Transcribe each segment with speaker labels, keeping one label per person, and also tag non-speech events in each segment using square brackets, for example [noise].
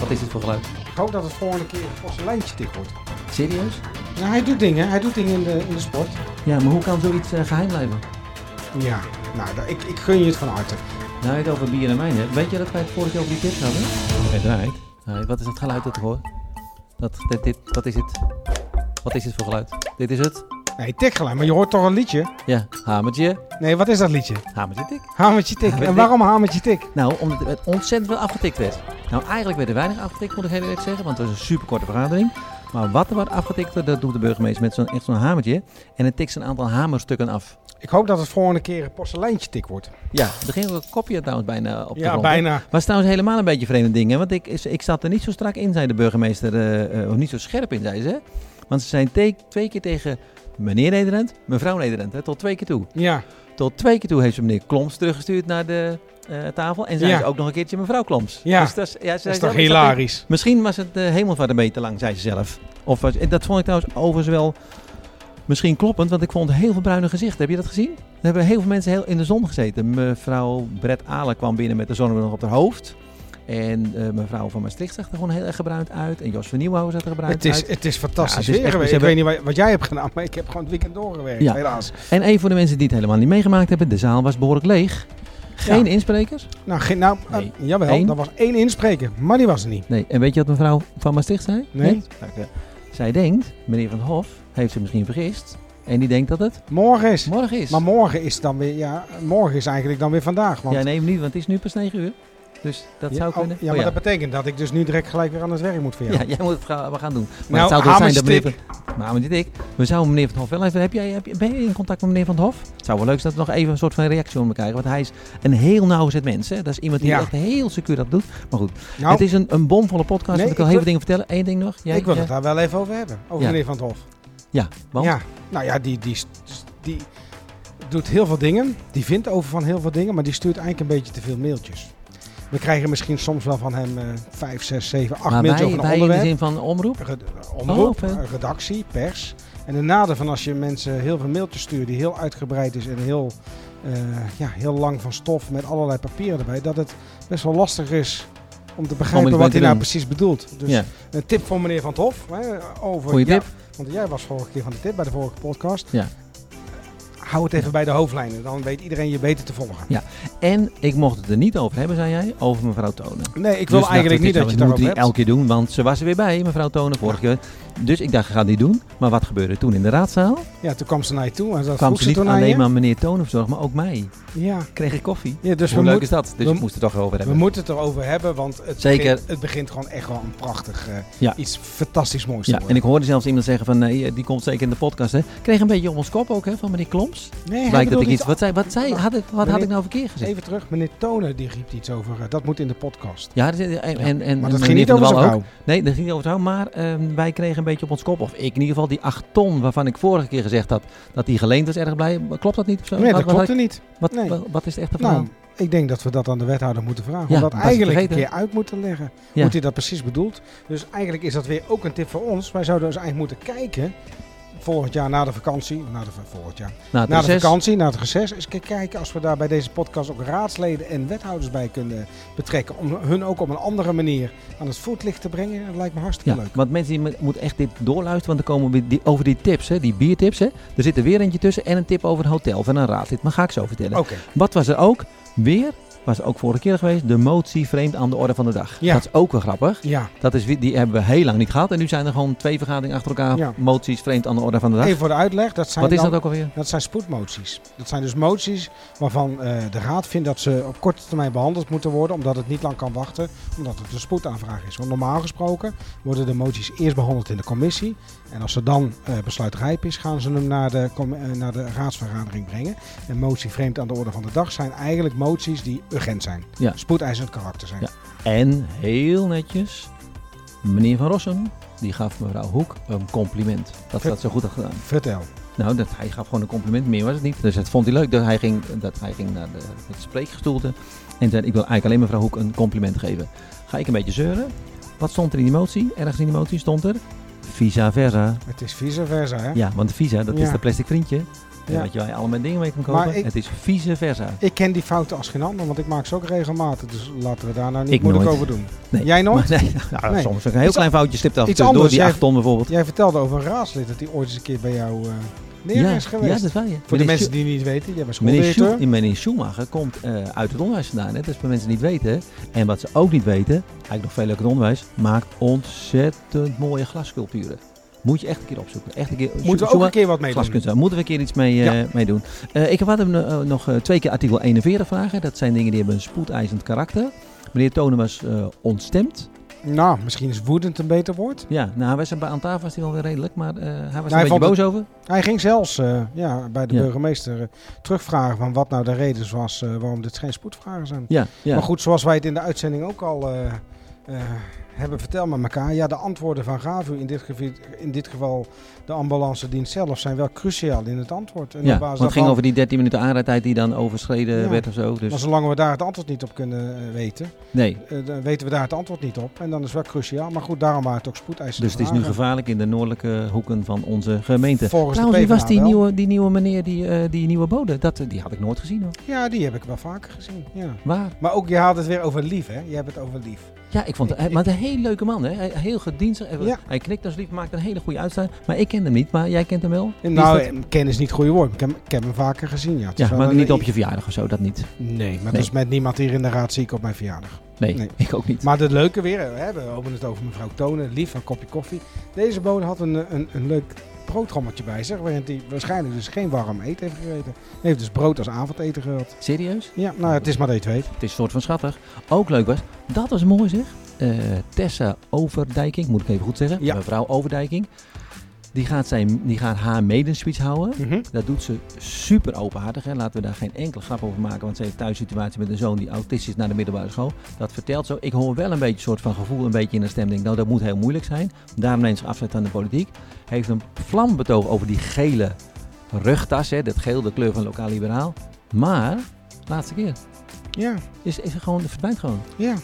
Speaker 1: is dit voor geluid?
Speaker 2: Ik hoop dat het volgende keer op zijn lijntje tik wordt.
Speaker 1: Serieus?
Speaker 2: Nou, hij doet dingen. Hij doet dingen in de, in de sport.
Speaker 1: Ja, maar hoe kan zoiets eh, geheim blijven?
Speaker 2: Ja, nou, da- ik, ik gun je het van harte.
Speaker 1: Nou, je het over bier en wijn hebt. Weet je dat wij het vorige keer over die tips hadden? Hij draait. Nee, wat is het geluid dat ik hoor? Dat, dit, dit, wat is het? Wat is dit voor geluid? Dit is het?
Speaker 2: Nee, tikgeluid, maar je hoort toch een liedje?
Speaker 1: Ja, hamertje.
Speaker 2: Nee, wat is dat liedje?
Speaker 1: Hamertje tik.
Speaker 2: Hamertje tik.
Speaker 1: Hamertje
Speaker 2: En
Speaker 1: tik.
Speaker 2: waarom hamertje tik?
Speaker 1: Nou, omdat het ontzettend veel afgetikt werd. Nou, eigenlijk werd er weinig afgetikt, moet ik heel eerlijk zeggen, want het was een superkorte vergadering. Maar wat er wordt afgetikt, werd, dat doet de burgemeester met zo'n echt zo'n hamertje. En het tikt een aantal hamerstukken af.
Speaker 2: Ik hoop dat het volgende keer een porseleintje tik wordt.
Speaker 1: Ja, er ging ook een kopje trouwens bijna op de
Speaker 2: Ja,
Speaker 1: grond.
Speaker 2: bijna.
Speaker 1: Was trouwens dus helemaal een beetje een vreemde ding, hè? want ik, is- ik zat er niet zo strak in, zei de burgemeester, eh, eh, of niet zo scherp in, zei ze. Want ze zijn te- twee keer tegen meneer Nederend, mevrouw Nederend, hè, tot twee keer toe.
Speaker 2: Ja,
Speaker 1: Tot twee keer toe heeft ze meneer Kloms teruggestuurd naar de eh, tafel en zei
Speaker 2: Ja.
Speaker 1: ze ook nog een keertje mevrouw Kloms.
Speaker 2: Ja.
Speaker 1: Dus dat is, ja, ze
Speaker 2: dat
Speaker 1: zei
Speaker 2: is toch
Speaker 1: zelf, ik zat er-
Speaker 2: hilarisch.
Speaker 1: Misschien was het de hemelvaart een beetje te lang, zei ze zelf. Of was, en dat vond ik trouwens overigens wel misschien kloppend, want ik vond heel veel bruine gezichten. Heb je dat gezien? Er hebben heel veel mensen heel in de zon gezeten. Mevrouw Brett Aalen kwam binnen met de zon nog op haar hoofd. En eh, mevrouw van Maastricht zag er gewoon heel erg gebruind uit. En Jos van Nieuwhouden zag er gebruind
Speaker 2: Het is,
Speaker 1: uit.
Speaker 2: het is
Speaker 1: Ja,
Speaker 2: fantastisch
Speaker 1: het is
Speaker 2: weer
Speaker 1: echt-
Speaker 2: geweest.
Speaker 1: ze
Speaker 2: Ik weet niet wa- wat jij hebt gedaan, maar ik heb gewoon het weekend doorgewerkt,
Speaker 1: Ja.
Speaker 2: helaas.
Speaker 1: En even voor de mensen die het helemaal niet meegemaakt hebben, de zaal was behoorlijk leeg. Geen insprekers.
Speaker 2: Nou, geen, nou eh,
Speaker 1: Nee.
Speaker 2: jawel,
Speaker 1: Eén.
Speaker 2: er was één inspreker, maar die was er niet.
Speaker 1: Nee, en weet je wat mevrouw van Maastricht zei?
Speaker 2: Nee.
Speaker 1: Nou, eh, Zij denkt, meneer Van Hof heeft ze misschien vergist. En die denkt dat het
Speaker 2: Morgen is.
Speaker 1: morgen is.
Speaker 2: Maar morgen is dan weer, ja, morgen is eigenlijk dan weer vandaag. Want,
Speaker 1: Ja, nee, niet, want het is nu pas 9 uur. Dus dat
Speaker 2: Ja,
Speaker 1: zou
Speaker 2: oh,
Speaker 1: kunnen.
Speaker 2: ja,
Speaker 1: Oh,
Speaker 2: maar dat betekent dat ik dus nu direct gelijk weer aan het werk moet voor
Speaker 1: [laughs]
Speaker 2: jou.
Speaker 1: ja, jij moet het gaan, we gaan doen. Maar
Speaker 2: Nou,
Speaker 1: het zou toch zijn dat
Speaker 2: hamerstick.
Speaker 1: meneer Van, maar meneer Dik, we zouden meneer Van het Hof wel even... Heb jij, heb, je- ben je in contact met meneer Van het Hof? Het zou wel leuk zijn dat we nog even een soort van reactie om hem krijgen. Want hij is een heel nauwgezet mens. Hè? Dat is iemand die
Speaker 2: Ja.
Speaker 1: echt heel secuur dat doet. Maar goed,
Speaker 2: Nou,
Speaker 1: het is een, een bomvolle podcast.
Speaker 2: Nee,
Speaker 1: want ik wil
Speaker 2: ik
Speaker 1: heel veel dingen
Speaker 2: wil-
Speaker 1: vertellen. Eén ding nog. Jij,
Speaker 2: ik wil
Speaker 1: ja,
Speaker 2: het daar wel even over hebben, over
Speaker 1: Ja.
Speaker 2: meneer Van het Hof.
Speaker 1: Ja, want?
Speaker 2: Ja, nou ja, die, die, st- die doet heel veel dingen. Die vindt over van heel veel dingen, maar die stuurt eigenlijk een beetje te veel mailtjes. We krijgen misschien soms wel van hem eh 5, 6, 7, 8
Speaker 1: maar
Speaker 2: mailtjes
Speaker 1: wij,
Speaker 2: over een
Speaker 1: wij in de
Speaker 2: onderwerp.
Speaker 1: zin van omroep?
Speaker 2: Red- omroep,
Speaker 1: Oh, oké.
Speaker 2: eh, redactie, pers. En de nadeel van als je mensen heel veel mailtjes stuurt die heel uitgebreid is en heel, eh, ja, heel lang van stof met allerlei papieren erbij, dat het best wel lastig is om te begrijpen
Speaker 1: bij
Speaker 2: wat
Speaker 1: te
Speaker 2: hij nou
Speaker 1: doen.
Speaker 2: precies bedoelt. Dus
Speaker 1: Ja.
Speaker 2: een tip van meneer Van het Hof. Hè, over,
Speaker 1: Goeie
Speaker 2: ja,
Speaker 1: tip.
Speaker 2: want jij was vorige keer van de tip bij de vorige podcast.
Speaker 1: Ja.
Speaker 2: Hou het even bij de hoofdlijnen, dan weet iedereen je beter te volgen.
Speaker 1: En ik mocht het er niet over hebben, zei jij, over mevrouw Tonen.
Speaker 2: Nee, ik wil
Speaker 1: Dus
Speaker 2: eigenlijk
Speaker 1: dacht
Speaker 2: niet dat
Speaker 1: ik, nou,
Speaker 2: je daarop
Speaker 1: moet
Speaker 2: hebt.
Speaker 1: hij elke keer doen, want ze was er weer bij, mevrouw Tonen, vorige keer. Dus ik dacht, ik ga het niet doen. Maar wat gebeurde toen in de raadzaal?
Speaker 2: Ja, toen kwam ze naar je toe en
Speaker 1: kwam
Speaker 2: dat vroeg
Speaker 1: ze
Speaker 2: ze
Speaker 1: niet
Speaker 2: toen aan
Speaker 1: alleen
Speaker 2: je.
Speaker 1: maar meneer Tonen verzorgen, maar ook mij.
Speaker 2: Ja.
Speaker 1: Kreeg ik koffie.
Speaker 2: ja, dus
Speaker 1: Hoe
Speaker 2: we
Speaker 1: leuk
Speaker 2: moeten
Speaker 1: is dat? Dus
Speaker 2: we
Speaker 1: ik moest het toch over
Speaker 2: We
Speaker 1: hebben.
Speaker 2: moeten het erover hebben, want het,
Speaker 1: Zeker.
Speaker 2: Begint, het begint gewoon echt wel een prachtig, eh,
Speaker 1: Ja.
Speaker 2: iets fantastisch moois te
Speaker 1: Ja, en
Speaker 2: worden.
Speaker 1: ik hoorde zelfs iemand zeggen van, nee, die komt zeker in de podcast. Hè. Kreeg een beetje om ons kop ook, hè, van meneer Kloms.
Speaker 2: nee, hij
Speaker 1: Blijkt dat
Speaker 2: bedoelt
Speaker 1: ik iets...
Speaker 2: iets
Speaker 1: Wat, zei, wat, zei, had ik, wat had
Speaker 2: Meneer-
Speaker 1: ik nou verkeer gezegd?
Speaker 2: Even terug, meneer Tonen die riep iets over, eh, dat moet in de podcast.
Speaker 1: Ja, dat is- en, en, en
Speaker 2: maar dat
Speaker 1: en meneer
Speaker 2: ging niet
Speaker 1: Van
Speaker 2: over
Speaker 1: der
Speaker 2: zijn
Speaker 1: Wal ook.
Speaker 2: vrouw.
Speaker 1: Nee, dat ging niet over het hout, maar ehm, wij kregen een beetje op ons kop. Of ik in ieder geval, die 8 ton waarvan ik vorige keer gezegd had dat die geleend was erg blij. Klopt dat niet of zo?
Speaker 2: Nee,
Speaker 1: Wat-
Speaker 2: dat
Speaker 1: wat,
Speaker 2: klopte niet.
Speaker 1: Wat,
Speaker 2: Nee.
Speaker 1: wa- wat is het echte verhaal?
Speaker 2: Nou, ik denk dat we dat aan de wethouder moeten vragen.
Speaker 1: Ja,
Speaker 2: om dat
Speaker 1: was ik
Speaker 2: eigenlijk een keer
Speaker 1: vergeten.
Speaker 2: uit moeten leggen.
Speaker 1: Ja.
Speaker 2: Hoe hij dat precies bedoelt. Dus eigenlijk is dat weer ook een tip voor ons. Wij zouden dus eigenlijk moeten kijken, volgend jaar na de vakantie, na de, volgend jaar,
Speaker 1: Nou,
Speaker 2: Na de
Speaker 1: proces-
Speaker 2: vakantie, na het reces, eens ke- kijken als we daar bij deze podcast ook raadsleden en wethouders bij kunnen betrekken. Om hun ook op een andere manier aan het voetlicht te brengen. Dat lijkt me hartstikke
Speaker 1: Ja,
Speaker 2: leuk.
Speaker 1: want mensen die me- moeten echt dit doorluisteren, want er komen weer die, over die tips, hè, die biertips. Hè. Er zit er weer eentje tussen en een tip over een hotel van een raadlid. Maar ga ik zo vertellen.
Speaker 2: Oké,
Speaker 1: Wat was er ook? Weer, was er ook vorige keer geweest, de motie vreemd aan de orde van de dag.
Speaker 2: Ja.
Speaker 1: Dat is ook wel grappig.
Speaker 2: ja.
Speaker 1: Dat is, wie- die hebben we heel lang niet gehad. En nu zijn er gewoon twee vergaderingen achter elkaar,
Speaker 2: Ja.
Speaker 1: moties vreemd aan de orde van de dag.
Speaker 2: Even voor de uitleg. Dat zijn
Speaker 1: Wat is
Speaker 2: dan-
Speaker 1: dat ook alweer?
Speaker 2: Dat zijn spoedmoties. Dat zijn dus moties waarvan eh, de Raad vindt dat ze op korte termijn behandeld moeten worden, omdat het niet lang kan wachten, omdat het een spoedaanvraag is. Want normaal gesproken worden de moties eerst behandeld in de commissie. En als er dan eh, besluit rijp is, gaan ze hem naar de, com- eh, naar de raadsvergadering brengen. En motie vreemd aan de orde van de dag zijn eigenlijk moties die urgent zijn.
Speaker 1: Ja.
Speaker 2: Spoedeisend karakter zijn.
Speaker 1: Ja. En heel netjes, meneer Van Rossum, die gaf mevrouw Hoek een compliment. Dat ze dat zo goed had gedaan.
Speaker 2: Vertel.
Speaker 1: Nou, dat, hij gaf gewoon een compliment, meer was het niet. Dus dat vond hij leuk. Dat hij ging, dat hij ging naar de, het spreekgestoelte en zei, ik wil eigenlijk alleen mevrouw Hoek een compliment geven. Ga ik een beetje zeuren? Wat stond er in die motie? Ergens in die motie stond er, visa versa.
Speaker 2: Het is vice versa, hè?
Speaker 1: Ja, want visa, dat
Speaker 2: Ja.
Speaker 1: is dat plastic vriendje. En
Speaker 2: Ja.
Speaker 1: dat je wel allemaal dingen mee kan
Speaker 2: Maar
Speaker 1: kopen.
Speaker 2: ik-
Speaker 1: Het is vice versa.
Speaker 2: Ik ken die fouten als geen ander, want ik maak ze ook regelmatig. Dus laten we daar nou niet
Speaker 1: Ik
Speaker 2: moeilijk
Speaker 1: nooit.
Speaker 2: over doen.
Speaker 1: Nee.
Speaker 2: Jij nooit?
Speaker 1: Maar nee, [laughs] nou,
Speaker 2: Nee.
Speaker 1: soms een heel
Speaker 2: Iets
Speaker 1: klein foutje stipt af
Speaker 2: iets
Speaker 1: door
Speaker 2: anders.
Speaker 1: die
Speaker 2: Jij-
Speaker 1: 8 ton bijvoorbeeld.
Speaker 2: Jij vertelde over een raadslid dat die ooit eens een keer bij jou eh neer
Speaker 1: ja,
Speaker 2: is geweest.
Speaker 1: Ja, dat is waar. Ja.
Speaker 2: Voor de
Speaker 1: Meneer
Speaker 2: mensen
Speaker 1: Schu-
Speaker 2: die niet weten, jij bent
Speaker 1: Meneer,
Speaker 2: schooldirecteur.
Speaker 1: Schu- meneer Schumacher komt eh, uit het onderwijs vandaan. Hè? Dat is voor mensen die het niet weten. En wat ze ook niet weten, eigenlijk nog veel leuker dan onderwijs, maakt ontzettend mooie glassculpturen. Moet je echt een keer opzoeken. Echt een keer,
Speaker 2: Moeten we ook een keer wat mee doen.
Speaker 1: Glaskunstenaar, moeten we een keer iets mee, eh, mee doen. Eh, ik had hem eh, nog eh, twee keer artikel 41 vragen. Dat zijn dingen die hebben een spoedeisend karakter. Meneer Tonen was eh, ontstemd.
Speaker 2: Nou, misschien is woedend een beter woord.
Speaker 1: Ja, nou, hij was, bij aan tafel was hij wel weer redelijk, maar eh, hij was
Speaker 2: Nou, hij
Speaker 1: er een
Speaker 2: vond
Speaker 1: beetje boos over.
Speaker 2: Hij ging zelfs eh, ja, bij de
Speaker 1: Ja.
Speaker 2: burgemeester eh, terugvragen van wat nou de reden was eh, waarom dit geen spoedvragen zijn.
Speaker 1: Ja, ja.
Speaker 2: Maar goed, zoals wij het in de uitzending ook al eh, eh, hebben verteld met elkaar. Ja, de antwoorden van Gavu, in dit, geval, in dit geval de ambulance dienst zelf, zijn wel cruciaal in het antwoord. En
Speaker 1: ja,
Speaker 2: op
Speaker 1: want
Speaker 2: basis
Speaker 1: het ging
Speaker 2: daarvan-
Speaker 1: over die 13 minuten aanrijdtijd die dan overschreden
Speaker 2: Ja.
Speaker 1: werd of zo.
Speaker 2: Maar
Speaker 1: Dus
Speaker 2: zolang we daar het antwoord niet op kunnen eh, weten,
Speaker 1: nee,
Speaker 2: eh, dan weten we daar het antwoord niet op. En dan is wel cruciaal. Maar goed, daarom waren het ook spoedeisende
Speaker 1: dus het is nu
Speaker 2: vragen.
Speaker 1: gevaarlijk in de noordelijke hoeken van onze gemeente.
Speaker 2: Volgens
Speaker 1: Trouwens, wie
Speaker 2: de PvdA
Speaker 1: was die
Speaker 2: wel.
Speaker 1: nieuwe, die nieuwe meneer, die, eh, die nieuwe bode? Dat, eh, die had ik nooit gezien hoor.
Speaker 2: Ja, die heb ik wel vaker gezien. Ja.
Speaker 1: Waar?
Speaker 2: Maar ook, je haalt het weer over lief, hè? Je hebt het over lief.
Speaker 1: Ja, ik vond
Speaker 2: Ik-
Speaker 1: hem maar een heel leuke man. Hè? Hij- Heel gedienstig. Hij-
Speaker 2: Ja.
Speaker 1: Hij knikt als lief, maakt een hele goede uitstraling. Maar ik ken hem niet, maar jij kent hem wel. Wie is
Speaker 2: Nou,
Speaker 1: dat?
Speaker 2: eh, ken is niet het goede woord. Ik heb, ik heb hem vaker gezien, ja. Het is
Speaker 1: ja,
Speaker 2: wel
Speaker 1: maar
Speaker 2: een-
Speaker 1: niet op je verjaardag of zo, dat niet.
Speaker 2: Nee, maar
Speaker 1: Nee.
Speaker 2: dat is met niemand hier in de raad zie ik op mijn verjaardag.
Speaker 1: Nee,
Speaker 2: Nee.
Speaker 1: ik ook niet.
Speaker 2: Maar het leuke weer, hè, we hebben het over mevrouw Tonen, lief, een kopje koffie. Deze bode had een, eh, een, een leuk broodrommeltje bij zich, waarin hij waarschijnlijk dus geen warm eten heeft gegeten. Hij heeft dus brood als avondeten gehad.
Speaker 1: Serieus?
Speaker 2: Ja, nou, het is maar dat je het weet.
Speaker 1: Het is een soort van schattig. Ook leuk was, dat was mooi zeg. Eh, Tessa Overdijking, moet ik even goed zeggen.
Speaker 2: Ja.
Speaker 1: Mevrouw Overdijking. Die gaat, zijn, die gaat haar maiden speech houden.
Speaker 2: Mhm.
Speaker 1: Dat doet ze super openhartig. Hè. Laten we daar geen enkele grap over maken. Want ze heeft thuis een situatie met een zoon die autistisch is naar de middelbare school. Dat vertelt zo. Ik hoor wel een beetje een soort van gevoel, een beetje in haar stem. Denk, nou, dat moet heel moeilijk zijn. Daarom neemt ze afzet aan de politiek. Heeft een vlambetoog over die gele rugtas. Hè. Dat geel, de kleur van lokaal liberaal. Maar, laatste keer,
Speaker 2: Ja,
Speaker 1: is, is er gewoon, verdwijnt gewoon.
Speaker 2: ja.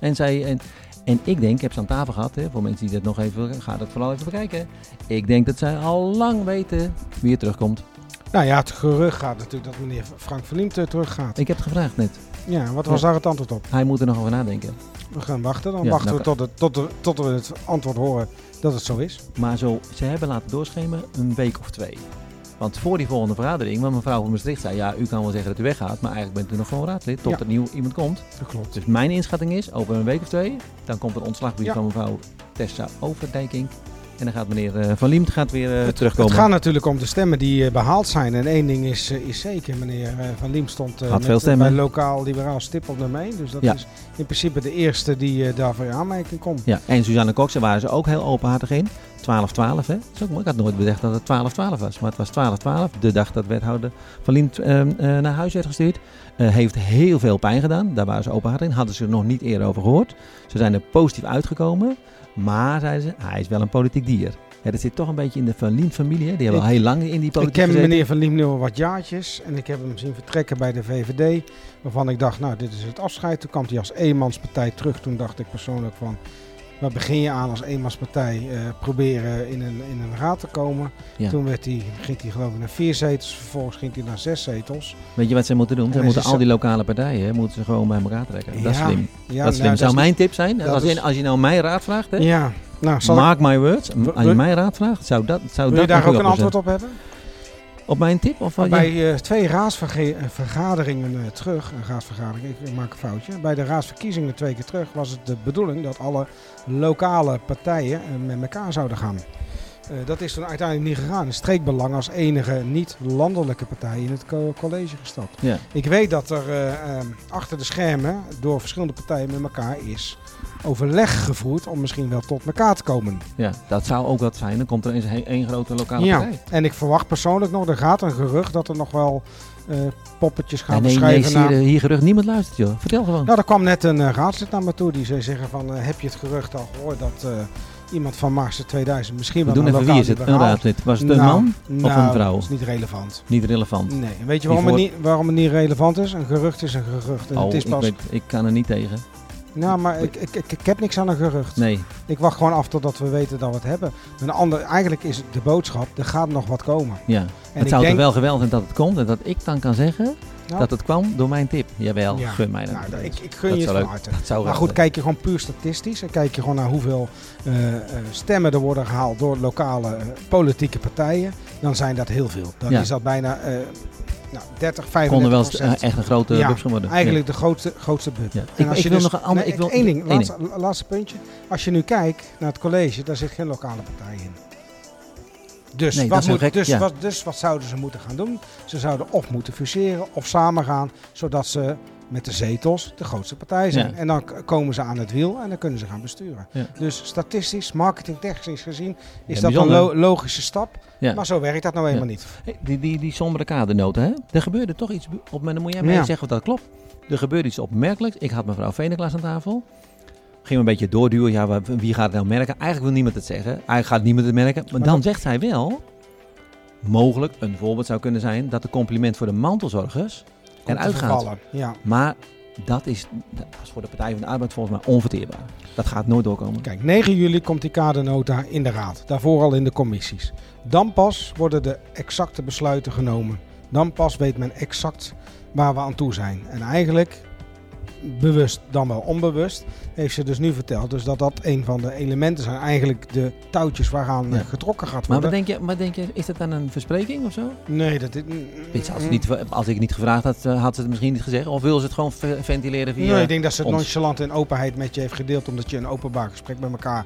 Speaker 1: En, zij, en, en ik denk, ik heb ze aan tafel gehad, hè, voor mensen die dat nog even, ga dat vooral even bekijken. Ik denk dat zij al lang weten wie er terugkomt.
Speaker 2: Nou ja, het gerucht gaat natuurlijk dat meneer Frank Verliemd eh, teruggaat.
Speaker 1: Ik heb het gevraagd net.
Speaker 2: Ja, wat was
Speaker 1: Ja.
Speaker 2: daar het antwoord op?
Speaker 1: Hij moet er nog over nadenken.
Speaker 2: We gaan wachten, dan
Speaker 1: Ja,
Speaker 2: wachten
Speaker 1: nou
Speaker 2: we tot, het, tot, de- tot we het antwoord horen dat het zo is.
Speaker 1: Maar zo, ze hebben laten doorschemen een week of twee. Want voor die volgende vergadering, want mevrouw van Maastricht zei... ja, u kan wel zeggen dat u weggaat, maar eigenlijk bent u nog gewoon raadslid... tot
Speaker 2: Ja.
Speaker 1: er nieuw iemand komt.
Speaker 2: Dat klopt.
Speaker 1: Dus mijn inschatting is, over een week of twee... dan komt een ontslagbrief
Speaker 2: Ja.
Speaker 1: van mevrouw Tessa Overdijking... en dan gaat meneer eh, Van Liemt gaat weer eh, terugkomen.
Speaker 2: Het gaat natuurlijk om de stemmen die eh, behaald zijn. En één ding is, eh, is zeker, meneer eh, Van Liem stond eh,
Speaker 1: Had veel stemmen.
Speaker 2: bij lokaal liberaal stip op nummer één. Dus dat
Speaker 1: Ja.
Speaker 2: is in principe de eerste die eh, daarvoor in aanmerking komt.
Speaker 1: Ja, en Suzanne Cox, daar waren ze ook heel openhartig in. 12-12, hè? Dat is ook mooi. Ik had nooit bedacht dat het 12-12 was. Maar het was 12-12, de dag dat wethouder Van Lint ehm, eh, naar huis werd gestuurd. Eh, heeft heel veel pijn gedaan. Daar waren ze openhartig in. Hadden ze er nog niet eerder over gehoord. Ze zijn er positief uitgekomen. Maar, zeiden ze, hij is wel een politiek dier. Ja, dat zit toch een beetje in de Van Lint-familie. hè. Die hebben al heel lang in die
Speaker 2: Ik
Speaker 1: politiek
Speaker 2: ken
Speaker 1: gezeten.
Speaker 2: meneer Van Liem nu al wat jaartjes. En ik heb hem zien vertrekken bij de VVD. Waarvan ik dacht, nou, dit is het afscheid. Toen kwam hij als eenmanspartij terug. Toen dacht ik persoonlijk van... Waar begin je aan als eenmanspartij eh, proberen in een, in een raad te komen?
Speaker 1: Ja.
Speaker 2: Toen werd hij, ging hij geloof ik naar vier zetels, vervolgens ging hij naar zes zetels.
Speaker 1: Weet je wat ze moeten doen? Ze
Speaker 2: En
Speaker 1: moeten
Speaker 2: ze-
Speaker 1: al die lokale partijen hè, moeten ze gewoon bij elkaar trekken. Dat is
Speaker 2: Ja.
Speaker 1: slim.
Speaker 2: Ja,
Speaker 1: dat is slim.
Speaker 2: nou,
Speaker 1: zou
Speaker 2: is-
Speaker 1: mijn tip zijn.
Speaker 2: dat
Speaker 1: Als je,
Speaker 2: is-
Speaker 1: als je nou mijn raad vraagt, hè?
Speaker 2: Ja, nou, zal ik-
Speaker 1: Mark my words, M-
Speaker 2: Wil-
Speaker 1: aan je
Speaker 2: wil-
Speaker 1: mij raad vraagt, zou dat zou
Speaker 2: wil
Speaker 1: dat
Speaker 2: je daar ook
Speaker 1: goede
Speaker 2: een antwoord
Speaker 1: zijn.
Speaker 2: op hebben?
Speaker 1: Op mijn tip? Of wat
Speaker 2: Bij
Speaker 1: je-
Speaker 2: eh, twee raadsvergaderingen eh, terug, een raadsvergadering, ik maak een foutje. Bij de raadsverkiezingen twee keer terug was het de bedoeling dat alle lokale partijen eh, met elkaar zouden gaan. Eh, dat is toen uiteindelijk niet gegaan. De streekbelang als enige niet-landelijke partij in het co- college gestapt.
Speaker 1: Ja.
Speaker 2: Ik weet dat er eh, eh, achter de schermen door verschillende partijen met elkaar is overleg gevoerd om misschien wel tot elkaar te komen.
Speaker 1: ja, dat zou ook wat zijn. Dan komt er eens he- één grote lokale
Speaker 2: Ja,
Speaker 1: partij.
Speaker 2: en ik verwacht persoonlijk nog, er gaat een gerucht dat er nog wel eh, poppetjes gaan
Speaker 1: En nee, nee,
Speaker 2: beschrijven.
Speaker 1: zie
Speaker 2: naar-
Speaker 1: je, hier gerucht niemand luistert joh. Vertel gewoon.
Speaker 2: Nou, er kwam net een eh, raadslid naar me toe die zei zeggen van, eh, heb je het gerucht al gehoord dat eh, iemand van Mars 2000 misschien
Speaker 1: We
Speaker 2: wel
Speaker 1: doen
Speaker 2: een
Speaker 1: even wie
Speaker 2: lokaal
Speaker 1: is het? Een
Speaker 2: liberaal-
Speaker 1: raadslid. Was het een
Speaker 2: Nou,
Speaker 1: man?
Speaker 2: nou,
Speaker 1: een vrouw?
Speaker 2: dat is niet relevant.
Speaker 1: Niet relevant.
Speaker 2: Nee, en weet je waarom,
Speaker 1: Hiervoor-
Speaker 2: het niet, waarom het niet relevant is? Een gerucht is een gerucht. En
Speaker 1: Oh,
Speaker 2: het is
Speaker 1: ik,
Speaker 2: pas,
Speaker 1: weet, ik kan er niet tegen.
Speaker 2: Nou, maar ik, ik, ik, ik heb niks aan een gerucht.
Speaker 1: Nee,
Speaker 2: Ik wacht gewoon af totdat we weten dat we het hebben. Een ander, eigenlijk is het de boodschap, er gaat nog wat komen.
Speaker 1: ja.
Speaker 2: En
Speaker 1: het zou toch wel geweldig zijn dat het komt en dat ik dan kan zeggen
Speaker 2: Nou.
Speaker 1: dat het kwam door mijn tip. Jawel,
Speaker 2: Ja.
Speaker 1: gun mij dat.
Speaker 2: Nou, ik, ik
Speaker 1: Dat
Speaker 2: gun
Speaker 1: zou
Speaker 2: je het van
Speaker 1: leuk.
Speaker 2: harte.
Speaker 1: dat zou wel-
Speaker 2: Maar
Speaker 1: eh,
Speaker 2: goed, kijk je gewoon puur statistisch en kijk je gewoon naar hoeveel eh, eh, stemmen er worden gehaald door lokale eh, politieke partijen, dan zijn dat heel veel. Dan
Speaker 1: Ja.
Speaker 2: is dat bijna eh nou, 30, 35
Speaker 1: kon er wel eens,
Speaker 2: procent.
Speaker 1: eh, echt een grote
Speaker 2: Ja,
Speaker 1: bubs gaan worden.
Speaker 2: Eigenlijk de grootste, grootste bub.
Speaker 1: Ja. Ja.
Speaker 2: En
Speaker 1: Ik,
Speaker 2: als
Speaker 1: ik
Speaker 2: je
Speaker 1: wil
Speaker 2: dus-
Speaker 1: nog een ander.
Speaker 2: Nee,
Speaker 1: ik wil,
Speaker 2: één ding, laatste, laatste puntje. Als je nu kijkt naar het college, daar zit geen lokale partij in. Dus,
Speaker 1: Nee, dat
Speaker 2: wat,
Speaker 1: zou
Speaker 2: moet,
Speaker 1: gek-
Speaker 2: dus,
Speaker 1: ja.
Speaker 2: wat, dus wat zouden ze moeten gaan doen? Ze zouden of moeten fuseren of samengaan, zodat ze met de zetels de grootste partij zijn.
Speaker 1: Ja.
Speaker 2: En dan k- komen ze aan het wiel en dan kunnen ze gaan besturen.
Speaker 1: Ja.
Speaker 2: Dus statistisch, marketingtechnisch gezien, is
Speaker 1: Ja,
Speaker 2: dat een
Speaker 1: bijzonder.
Speaker 2: lo- logische stap.
Speaker 1: Ja.
Speaker 2: Maar zo werkt dat nou eenmaal niet.
Speaker 1: Hey, Die, die, die sombere kadernoten, hè? Er gebeurde toch iets bu- op, maar dan moet jij mij
Speaker 2: Ja.
Speaker 1: zeggen of dat klopt. Er gebeurde iets opmerkelijks. Ik had mevrouw Veneklaas aan tafel. Ging een beetje doorduwen. Ja, wa- wie gaat het nou merken? Eigenlijk wil niemand het zeggen. Eigenlijk gaat niemand het merken. Maar,
Speaker 2: Maar
Speaker 1: dan
Speaker 2: dat-
Speaker 1: zegt zij wel, mogelijk een voorbeeld zou kunnen zijn, dat de compliment voor de mantelzorgers
Speaker 2: Komt te
Speaker 1: eruit gaat.
Speaker 2: vervallen. Ja.
Speaker 1: Maar dat is, dat is voor de Partij van de Arbeid volgens mij onverteerbaar. Dat gaat nooit doorkomen.
Speaker 2: Kijk, 9 juli komt die kadernota in de raad, daarvoor al in de commissies. Dan pas worden de exacte besluiten genomen. Dan pas weet men exact waar we aan toe zijn. En eigenlijk, bewust dan wel onbewust, heeft ze dus nu verteld dus dat dat een van de elementen zijn. Eigenlijk de touwtjes waaraan
Speaker 1: Ja.
Speaker 2: eh, getrokken gaat
Speaker 1: Maar,
Speaker 2: worden.
Speaker 1: wat denk je, maar denk je, is dat dan een verspreking of zo?
Speaker 2: Nee, dat is...
Speaker 1: Weet je, Als, het
Speaker 2: Mhm.
Speaker 1: niet, als ik niet gevraagd had, eh, had ze het misschien niet gezegd. Of wil ze het gewoon ve- ventileren via...
Speaker 2: Nee, Nou, ik denk dat ze het
Speaker 1: eh, ons.
Speaker 2: nonchalant en openheid met je heeft gedeeld. Omdat je een openbaar gesprek met elkaar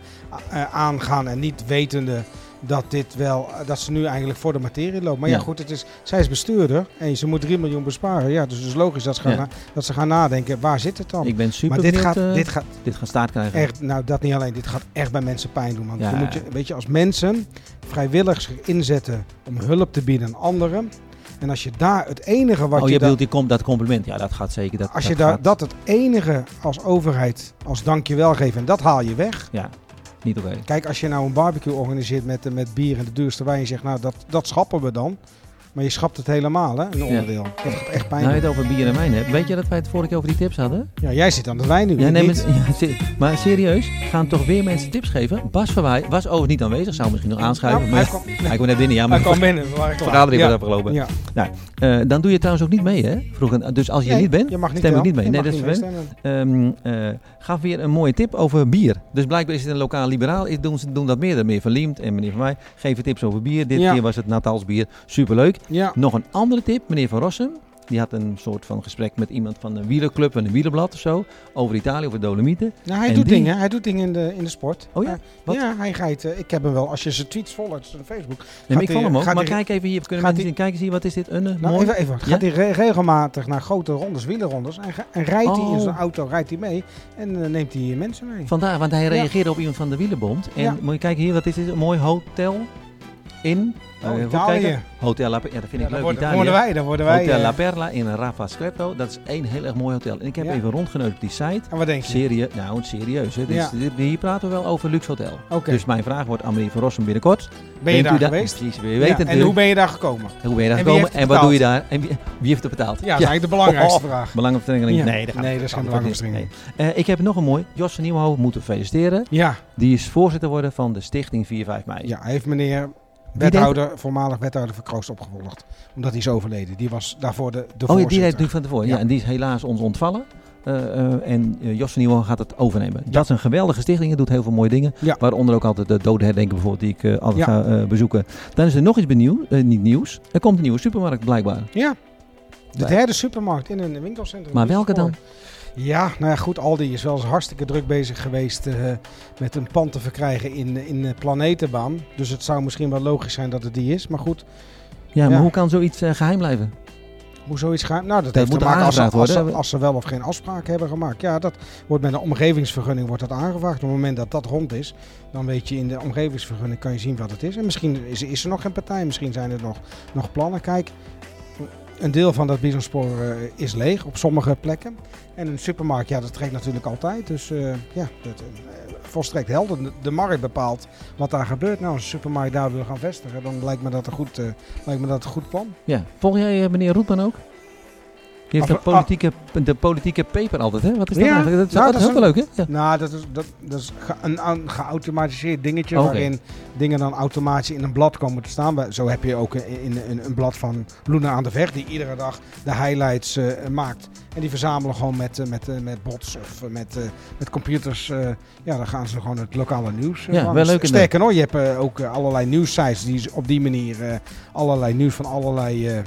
Speaker 2: eh, aangaan. En niet wetende dat dit wel, eh, dat ze nu eigenlijk voor de materie loopt. Maar ja,
Speaker 1: Ja.
Speaker 2: goed, het is, zij is bestuurder en ze moet 3 miljoen besparen. Ja, dus het is logisch dat ze, gaan
Speaker 1: Ja.
Speaker 2: na- dat ze gaan nadenken, waar zit het dan?
Speaker 1: Ik ben super
Speaker 2: maar dit
Speaker 1: benieuwd,
Speaker 2: gaat,
Speaker 1: eh,
Speaker 2: dit gaat
Speaker 1: dit gaat staart krijgen.
Speaker 2: echt, nou dat niet alleen, dit gaat echt bij mensen pijn doen. Want
Speaker 1: Ja.
Speaker 2: je moet je, weet je, als mensen vrijwillig zich inzetten om hulp te bieden aan anderen. En als je daar het enige wat
Speaker 1: oh, je,
Speaker 2: je daar-
Speaker 1: bedoelt die kom, dat compliment. Ja, dat gaat zeker. Dat,
Speaker 2: als je
Speaker 1: dat
Speaker 2: daar,
Speaker 1: gaat-
Speaker 2: dat het enige als overheid als dankjewel geeft en dat haal je weg.
Speaker 1: Ja, niet oké.
Speaker 2: Kijk, als je nou een barbecue organiseert met, eh, met bier en de duurste wijn, je zegt nou dat, dat schappen we dan. Maar je schapt het helemaal, hè, een onderdeel. Dat gaat echt pijn
Speaker 1: Nou, je
Speaker 2: doen.
Speaker 1: het over bier en wijn hebt. Weet je dat wij het vorige keer over die tips hadden?
Speaker 2: Ja, jij zit aan de wijn nu.
Speaker 1: Ja,
Speaker 2: ik
Speaker 1: nee, maar,
Speaker 2: niet.
Speaker 1: ja, se- maar serieus, gaan toch weer mensen tips geven? Bas Verwaai was overigens niet aanwezig, zou misschien nog aanschuiven.
Speaker 2: Nou,
Speaker 1: maar
Speaker 2: hij kwam-
Speaker 1: hij kwam net binnen, ja, maar
Speaker 2: Hij
Speaker 1: de
Speaker 2: kwam binnen, we waren klaar.
Speaker 1: vergadering
Speaker 2: ja.
Speaker 1: was afgelopen.
Speaker 2: Ja.
Speaker 1: Eh, dan doe je trouwens ook niet mee, hè? Vroeger, dus als je
Speaker 2: Nee,
Speaker 1: niet bent,
Speaker 2: je mag niet
Speaker 1: stem ik
Speaker 2: wel.
Speaker 1: niet mee.
Speaker 2: Je
Speaker 1: Nee,
Speaker 2: mag
Speaker 1: dat is
Speaker 2: niet meestemmen.
Speaker 1: Ehm eh, gaf weer een mooie tip over bier. Dus blijkbaar is het een lokaal liberaal. Is, doen, ze doen dat meer. Meneer Van Liemt en meneer Van Wij geven tips over bier. Dit
Speaker 2: Ja.
Speaker 1: keer was het Natals bier. Superleuk.
Speaker 2: Ja,
Speaker 1: Nog een andere tip. Meneer Van Rossum. Die had een soort van gesprek met iemand van een wielerclub en een wielerblad of zo. Over Italië, over Dolomieten.
Speaker 2: nou, hij
Speaker 1: En
Speaker 2: doet
Speaker 1: die-
Speaker 2: dingen. Hij doet dingen in de, in de sport. Eh,
Speaker 1: Oh ja? Wat?
Speaker 2: Ja, hij gaat. eh, ik heb hem wel. Als je zijn tweets volgt op Facebook.
Speaker 1: Nee, maar ik
Speaker 2: hij-
Speaker 1: vond hem ook.
Speaker 2: gaat
Speaker 1: Maar
Speaker 2: hij-
Speaker 1: kijk even hier. Kunnen
Speaker 2: gaat
Speaker 1: mensen zien, kijken zien. Wat is dit? Een eh,
Speaker 2: Nou,
Speaker 1: mooi?
Speaker 2: even, even. Gaat hij re- regelmatig naar grote rondes, wielerrondes. En, ga- en rijdt hij in
Speaker 1: Oh.
Speaker 2: zijn auto, rijdt hij mee. En eh, neemt hij mensen mee.
Speaker 1: Vandaar, want hij
Speaker 2: Ja.
Speaker 1: reageerde op iemand van de wielerbond. En
Speaker 2: Ja.
Speaker 1: moet je kijken hier. Wat is dit? Een mooi hotel in...
Speaker 2: Oh,
Speaker 1: eh, goed
Speaker 2: Italië.
Speaker 1: kijken. Hotel La Perla. Ja, dat vind
Speaker 2: Ja,
Speaker 1: ik leuk.
Speaker 2: dan worden,
Speaker 1: Italië.
Speaker 2: worden wij, dan worden wij.
Speaker 1: Hotel
Speaker 2: eh,
Speaker 1: La Perla in Rafa Scretto. Dat is één heel erg mooi hotel. En ik heb
Speaker 2: Ja.
Speaker 1: even rondgenoten op die site.
Speaker 2: en wat denk je?
Speaker 1: Serie, nou, serieus. Hè? Dit is-
Speaker 2: Ja.
Speaker 1: dit- hier praten we wel over luxe hotel.
Speaker 2: Oké.
Speaker 1: Dus mijn vraag wordt aan meneer Van Rossum binnenkort.
Speaker 2: ben je
Speaker 1: Bent
Speaker 2: daar
Speaker 1: u
Speaker 2: geweest?
Speaker 1: Precies, we
Speaker 2: Ja,
Speaker 1: weten
Speaker 2: en hoe
Speaker 1: natuurlijk.
Speaker 2: ben je daar gekomen? Ja,
Speaker 1: Hoe ben je daar
Speaker 2: en wie
Speaker 1: gekomen
Speaker 2: heeft
Speaker 1: en
Speaker 2: het
Speaker 1: wat doe je daar? En wie, wie heeft het betaald?
Speaker 2: dat is eigenlijk de belangrijkste
Speaker 1: Oh.
Speaker 2: vraag.
Speaker 1: Belangenverstrengeling?
Speaker 2: Ja.
Speaker 1: Nee, daar gaat
Speaker 2: Nee,
Speaker 1: het
Speaker 2: dat
Speaker 1: niet.
Speaker 2: is geen belangenverstrengeling.
Speaker 1: Nee. Eh, ik heb nog een mooi. Jos van Nieuwenhoven moeten feliciteren.
Speaker 2: Ja,
Speaker 1: Die is voorzitter worden van de stichting 4-5 mei.
Speaker 2: ja, hij heeft meneer
Speaker 1: Die
Speaker 2: wethouder, voormalig wethouder van Kroost opgevolgd. Omdat hij is overleden. Die was daarvoor de, de
Speaker 1: oh, ja, die
Speaker 2: voorzitter.
Speaker 1: deed nu van tevoren. Ja.
Speaker 2: Ja.
Speaker 1: en die is helaas ons ontvallen. Eh, eh, en eh, Jos van Nieuwen gaat het overnemen. Dat is een geweldige stichting. Het doet heel veel mooie dingen.
Speaker 2: Ja.
Speaker 1: Waaronder ook altijd de dode herdenken bijvoorbeeld, die ik eh, altijd
Speaker 2: Ja.
Speaker 1: ga eh, bezoeken. Dan is er nog iets benieuw, eh, niet nieuws. Er komt een nieuwe supermarkt blijkbaar.
Speaker 2: Ja. De
Speaker 1: Nee.
Speaker 2: derde supermarkt in een winkelcentrum.
Speaker 1: Maar
Speaker 2: Die is
Speaker 1: welke dan?
Speaker 2: Ja, nou ja, goed. Aldi is wel eens hartstikke druk bezig geweest eh, met een pand te verkrijgen in, in eh, Planetenbaan. Dus het zou misschien wel logisch zijn dat het die is. Maar goed,
Speaker 1: Ja, maar
Speaker 2: Ja.
Speaker 1: hoe kan zoiets eh, geheim blijven?
Speaker 2: hoe zoiets gaat. Nou, dat,
Speaker 1: Dat
Speaker 2: heeft
Speaker 1: moet
Speaker 2: te maken als ze,
Speaker 1: aangevraagd
Speaker 2: als, ze,
Speaker 1: worden.
Speaker 2: als ze wel of geen afspraak hebben gemaakt. Ja, dat wordt met een omgevingsvergunning wordt dat aangevraagd. Op het moment dat dat rond is, dan weet je in de omgevingsvergunning kan je zien wat het is. En misschien is, is er nog geen partij, misschien zijn er nog, nog plannen. Kijk, een deel van dat bisonspoor eh, is leeg op sommige plekken. En een supermarkt, ja, dat trekt natuurlijk altijd. Dus eh, ja, dat, eh, volstrekt helder. De- De markt bepaalt wat daar gebeurt. Nou, als een supermarkt daar wil gaan vestigen, dan lijkt me dat een goed, eh, lijkt me dat een goed plan.
Speaker 1: Ja. Volg jij eh, meneer Roetman ook? Je hebt
Speaker 2: Af-
Speaker 1: dat politieke, de politieke paper altijd, hè? Wat is dat
Speaker 2: Ja,
Speaker 1: eigenlijk? Dat is,
Speaker 2: nou,
Speaker 1: dat is
Speaker 2: dat
Speaker 1: ook wel leuk, hè? Ja.
Speaker 2: Nou, dat is, dat, dat is ge- een, een geautomatiseerd dingetje
Speaker 1: Oké.
Speaker 2: waarin dingen dan automatisch in een blad komen te staan. Bij- Zo heb je ook in, in, in een blad van Luna aan de Weg, die iedere dag de highlights eh, maakt. En die verzamelen gewoon met, eh, met, eh, met bots of eh, met, eh, met computers. eh, ja, dan gaan ze gewoon het lokale nieuws. eh,
Speaker 1: Ja,
Speaker 2: vangen.
Speaker 1: wel leuk
Speaker 2: St-
Speaker 1: inderdaad.
Speaker 2: Sterker nog, je hebt eh, ook eh, allerlei nieuwssites die z- op die manier eh, allerlei nieuws van allerlei eh,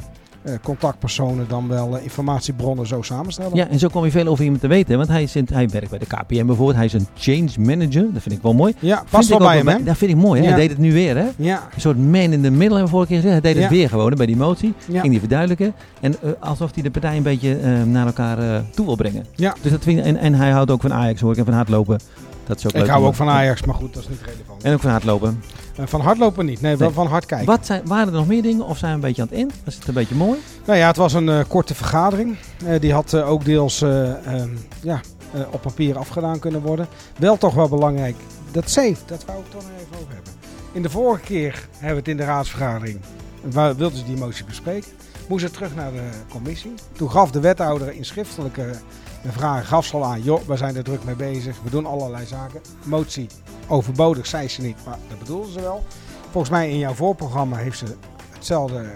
Speaker 2: eh, contactpersonen dan wel eh, informatiebronnen zo samenstellen.
Speaker 1: Ja, en zo kwam je veel over iemand te weten. Want hij, is in- hij werkt bij de KPM bijvoorbeeld. Hij is een change manager. Dat vind ik wel mooi.
Speaker 2: Ja,
Speaker 1: Vind
Speaker 2: past
Speaker 1: ik
Speaker 2: wel
Speaker 1: ook
Speaker 2: bij hem, hè?
Speaker 1: Dat vind ik mooi, hè?
Speaker 2: Ja.
Speaker 1: Hij deed het nu weer, hè?
Speaker 2: Ja,
Speaker 1: Een soort man in the middle hebben we vorige keer gezegd. Hij deed het
Speaker 2: Ja.
Speaker 1: weer gewoon hè, bij die motie.
Speaker 2: ja.
Speaker 1: Ging die verduidelijken. En eh, alsof hij de partij een beetje eh, naar elkaar eh, toe wil brengen.
Speaker 2: Ja.
Speaker 1: Dus dat vind ik, en, en hij houdt ook van Ajax hoor ik. En van hardlopen. Dat is ook leuk.
Speaker 2: Ik hou
Speaker 1: om-
Speaker 2: ook van Ajax, maar goed, dat is niet relevant.
Speaker 1: En ook van hardlopen.
Speaker 2: Eh, van hardlopen niet, nee, wel
Speaker 1: Nee.
Speaker 2: van hard kijken.
Speaker 1: Wat zijn, waren er nog meer dingen? Of zijn we een beetje aan het in? Was het een beetje mooi?
Speaker 2: Nou ja, het was een eh, korte vergadering. Eh, die had eh, ook deels eh, ehm, ja, eh, op papier afgedaan kunnen worden. Wel toch wel belangrijk, dat safe, dat wou ik toch nog even over hebben. In de vorige keer hebben we het in de raadsvergadering, waar wilden ze die motie bespreken. Moest het terug naar de commissie. Toen gaf de wethouder in schriftelijke eh, vragen gaf ze al aan, joh, we zijn er druk mee bezig, we doen allerlei zaken. Motie overbodig, zei ze niet, maar dat bedoelde ze wel. Volgens mij in jouw voorprogramma heeft ze hetzelfde, eh, eh,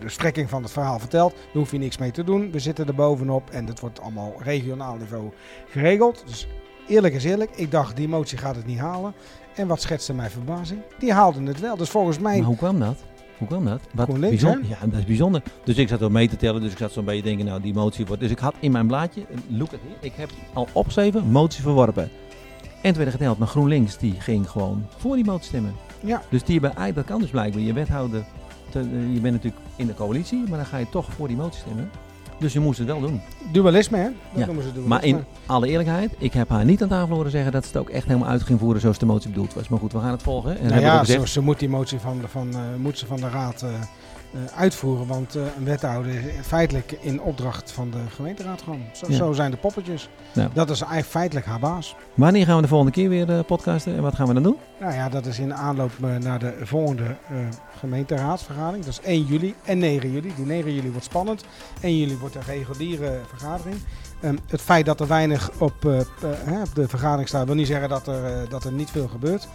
Speaker 2: de strekking van het verhaal verteld. Daar hoef je niks mee te doen. We zitten er bovenop en dat wordt allemaal regionaal niveau geregeld. Dus eerlijk is eerlijk, ik dacht die motie gaat het niet halen. En wat schetste mijn verbazing? Die haalden het wel. Dus volgens mij,
Speaker 1: Maar hoe kwam dat? Hoe kwam dat? Wat
Speaker 2: Gewoon links,
Speaker 1: bijzonder. Ja, dat is bijzonder. Dus ik zat er mee te tellen, dus ik zat zo'n beetje denken, nou die motie wordt. Dus ik had in mijn blaadje, eh, look at here, ik heb al opgeschreven, motie verworpen. En toen werd er geteld, maar GroenLinks die ging gewoon voor die motie stemmen.
Speaker 2: Ja.
Speaker 1: Dus die hebben eigenlijk, dat kan dus blijkbaar. Je wethouder, te- eh, je bent natuurlijk in de coalitie, maar dan ga je toch voor die motie stemmen. Dus je moest het wel doen.
Speaker 2: dualisme hè? Dat
Speaker 1: Ja,
Speaker 2: noemen ze dualisme.
Speaker 1: Maar in alle eerlijkheid, ik heb haar niet aan tafel horen zeggen dat ze het ook echt helemaal uit ging voeren zoals de motie bedoeld was. Maar goed, we gaan het volgen. En dat
Speaker 2: Nou
Speaker 1: heb ik ook
Speaker 2: ja,
Speaker 1: gezegd.
Speaker 2: ze, ze moet die motie van, de- van, eh, moet ze van de raad eh, eh, uitvoeren. Want eh, een wethouder is feitelijk in opdracht van de gemeenteraad gewoon. Zo,
Speaker 1: Ja.
Speaker 2: zo zijn de poppetjes.
Speaker 1: Ja.
Speaker 2: Dat is eigenlijk feitelijk haar baas.
Speaker 1: Wanneer gaan we de volgende keer weer eh, podcasten en wat gaan we dan doen?
Speaker 2: Nou ja, dat is in aanloop eh, naar de volgende eh, gemeenteraadsvergadering. Dat is 1 juli en 9 juli. Die 9 juli wordt spannend. 1 juli wordt een reguliere vergadering. Ehm, het feit dat er weinig op, eh, p- eh, hè, op de vergadering staat, wil niet zeggen dat er, eh, dat er niet veel gebeurt.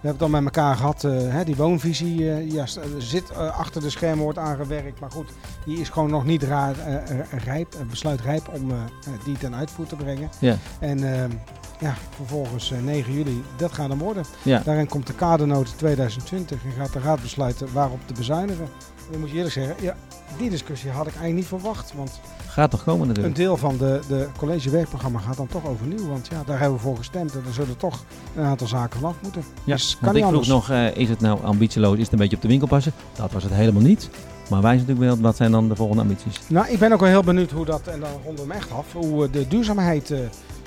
Speaker 2: We hebben het al met elkaar gehad, eh, hè, die woonvisie eh, ja, st- zit eh, achter de schermen, wordt aangewerkt. Maar goed, die is gewoon nog niet ra- eh, eh, rijp, eh, besluit rijp om eh, eh, die ten uitvoer te brengen.
Speaker 1: Ja.
Speaker 2: En ehm, ja, vervolgens eh, 9 juli, dat gaat hem worden.
Speaker 1: Ja.
Speaker 2: Daarin komt de kadernota 2020 en gaat de raad besluiten waarop te bezuinigen. En dan moet je eerlijk zeggen, ja, die discussie had ik eigenlijk niet verwacht. Want
Speaker 1: Gaat toch komen
Speaker 2: een
Speaker 1: natuurlijk.
Speaker 2: deel van de, de collegewerkprogramma gaat dan toch overnieuw. Want ja, daar hebben we voor gestemd en er zullen toch een aantal zaken vanaf moeten. Dus kan
Speaker 1: Want
Speaker 2: niet
Speaker 1: ik vroeg
Speaker 2: anders.
Speaker 1: nog, eh, is het nou ambitieloos? Is het een beetje op de winkel passen? Dat was het helemaal niet. Maar wij zijn natuurlijk wel, wat zijn dan de volgende ambities?
Speaker 2: Nou, ik ben ook wel heel benieuwd hoe dat, en dan rondom echt af, hoe eh, de duurzaamheid eh,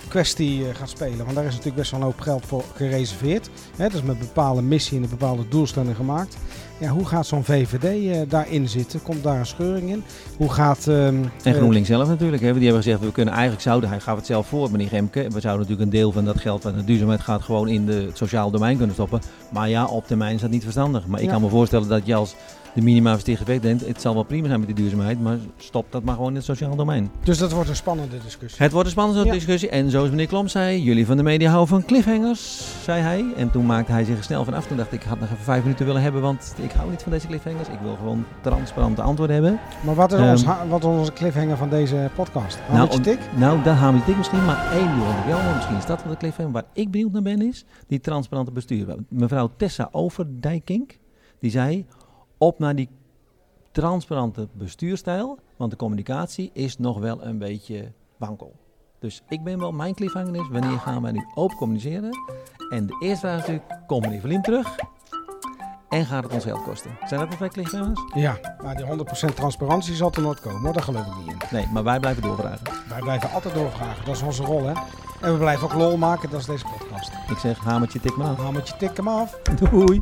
Speaker 2: kwestie eh, gaat spelen. Want daar is natuurlijk best wel een hoop geld voor gereserveerd. Hè, dat is met een bepaalde missie en een bepaalde doelstelling gemaakt. Ja, hoe gaat zo'n VVD eh, daarin zitten? Komt daar een scheuring in? Hoe gaat... ehm,
Speaker 1: En
Speaker 2: eh,
Speaker 1: GroenLinks zelf natuurlijk. Hè? want Die hebben gezegd, we kunnen eigenlijk, zouden, hij gaf het zelf voor, meneer Gemke. We zouden natuurlijk een deel van dat geld wat naar duurzaamheid gaat gewoon in de, het sociaal domein kunnen stoppen. Maar ja, op termijn is dat niet verstandig. Maar ik
Speaker 2: Ja.
Speaker 1: kan me voorstellen dat je als de minimumversteger weg denkt, het zal wel prima zijn met die duurzaamheid, maar stop dat maar gewoon in het sociaal domein.
Speaker 2: Dus dat wordt een spannende discussie.
Speaker 1: Het wordt een spannende
Speaker 2: Ja.
Speaker 1: discussie. En zoals meneer Klom zei, jullie van de media houden van cliffhangers, zei hij. En toen maakte hij zich er snel van af. Toen dacht ik, ik had nog even vijf minuten willen hebben, want ik hou niet van deze cliffhangers. Ik wil gewoon transparante antwoorden hebben.
Speaker 2: Maar wat is,
Speaker 1: Ehm,
Speaker 2: ons, ha- wat is onze cliffhanger van deze podcast? Nou,
Speaker 1: om-
Speaker 2: tik?
Speaker 1: Nou, dat gaan we dik misschien. Maar één ding ik wel, want misschien is dat wel de cliffhanger. Waar ik benieuwd naar ben, is die transparante bestuur. Mevrouw Tessa Overdijkink, die zei, op naar die transparante bestuurstijl. Want de communicatie is nog wel een beetje wankel. Dus ik ben wel, mijn cliffhanger is, wanneer gaan wij nu open communiceren? En de eerste vraag is natuurlijk, komt meneer Verliem terug? En gaat het ons geld kosten? Zijn dat de twee cliffhangers?
Speaker 2: Ja, maar die 100% transparantie zal er nooit komen. hoor. Daar geloof ik niet in.
Speaker 1: Nee, maar wij blijven doorvragen.
Speaker 2: Wij blijven altijd doorvragen. Dat is onze rol, hè? En we blijven ook lol maken. Dat is deze podcast.
Speaker 1: Ik zeg, hamertje, tik maar aan.
Speaker 2: Nou, moet je tikken hem af.
Speaker 1: [laughs] Doei!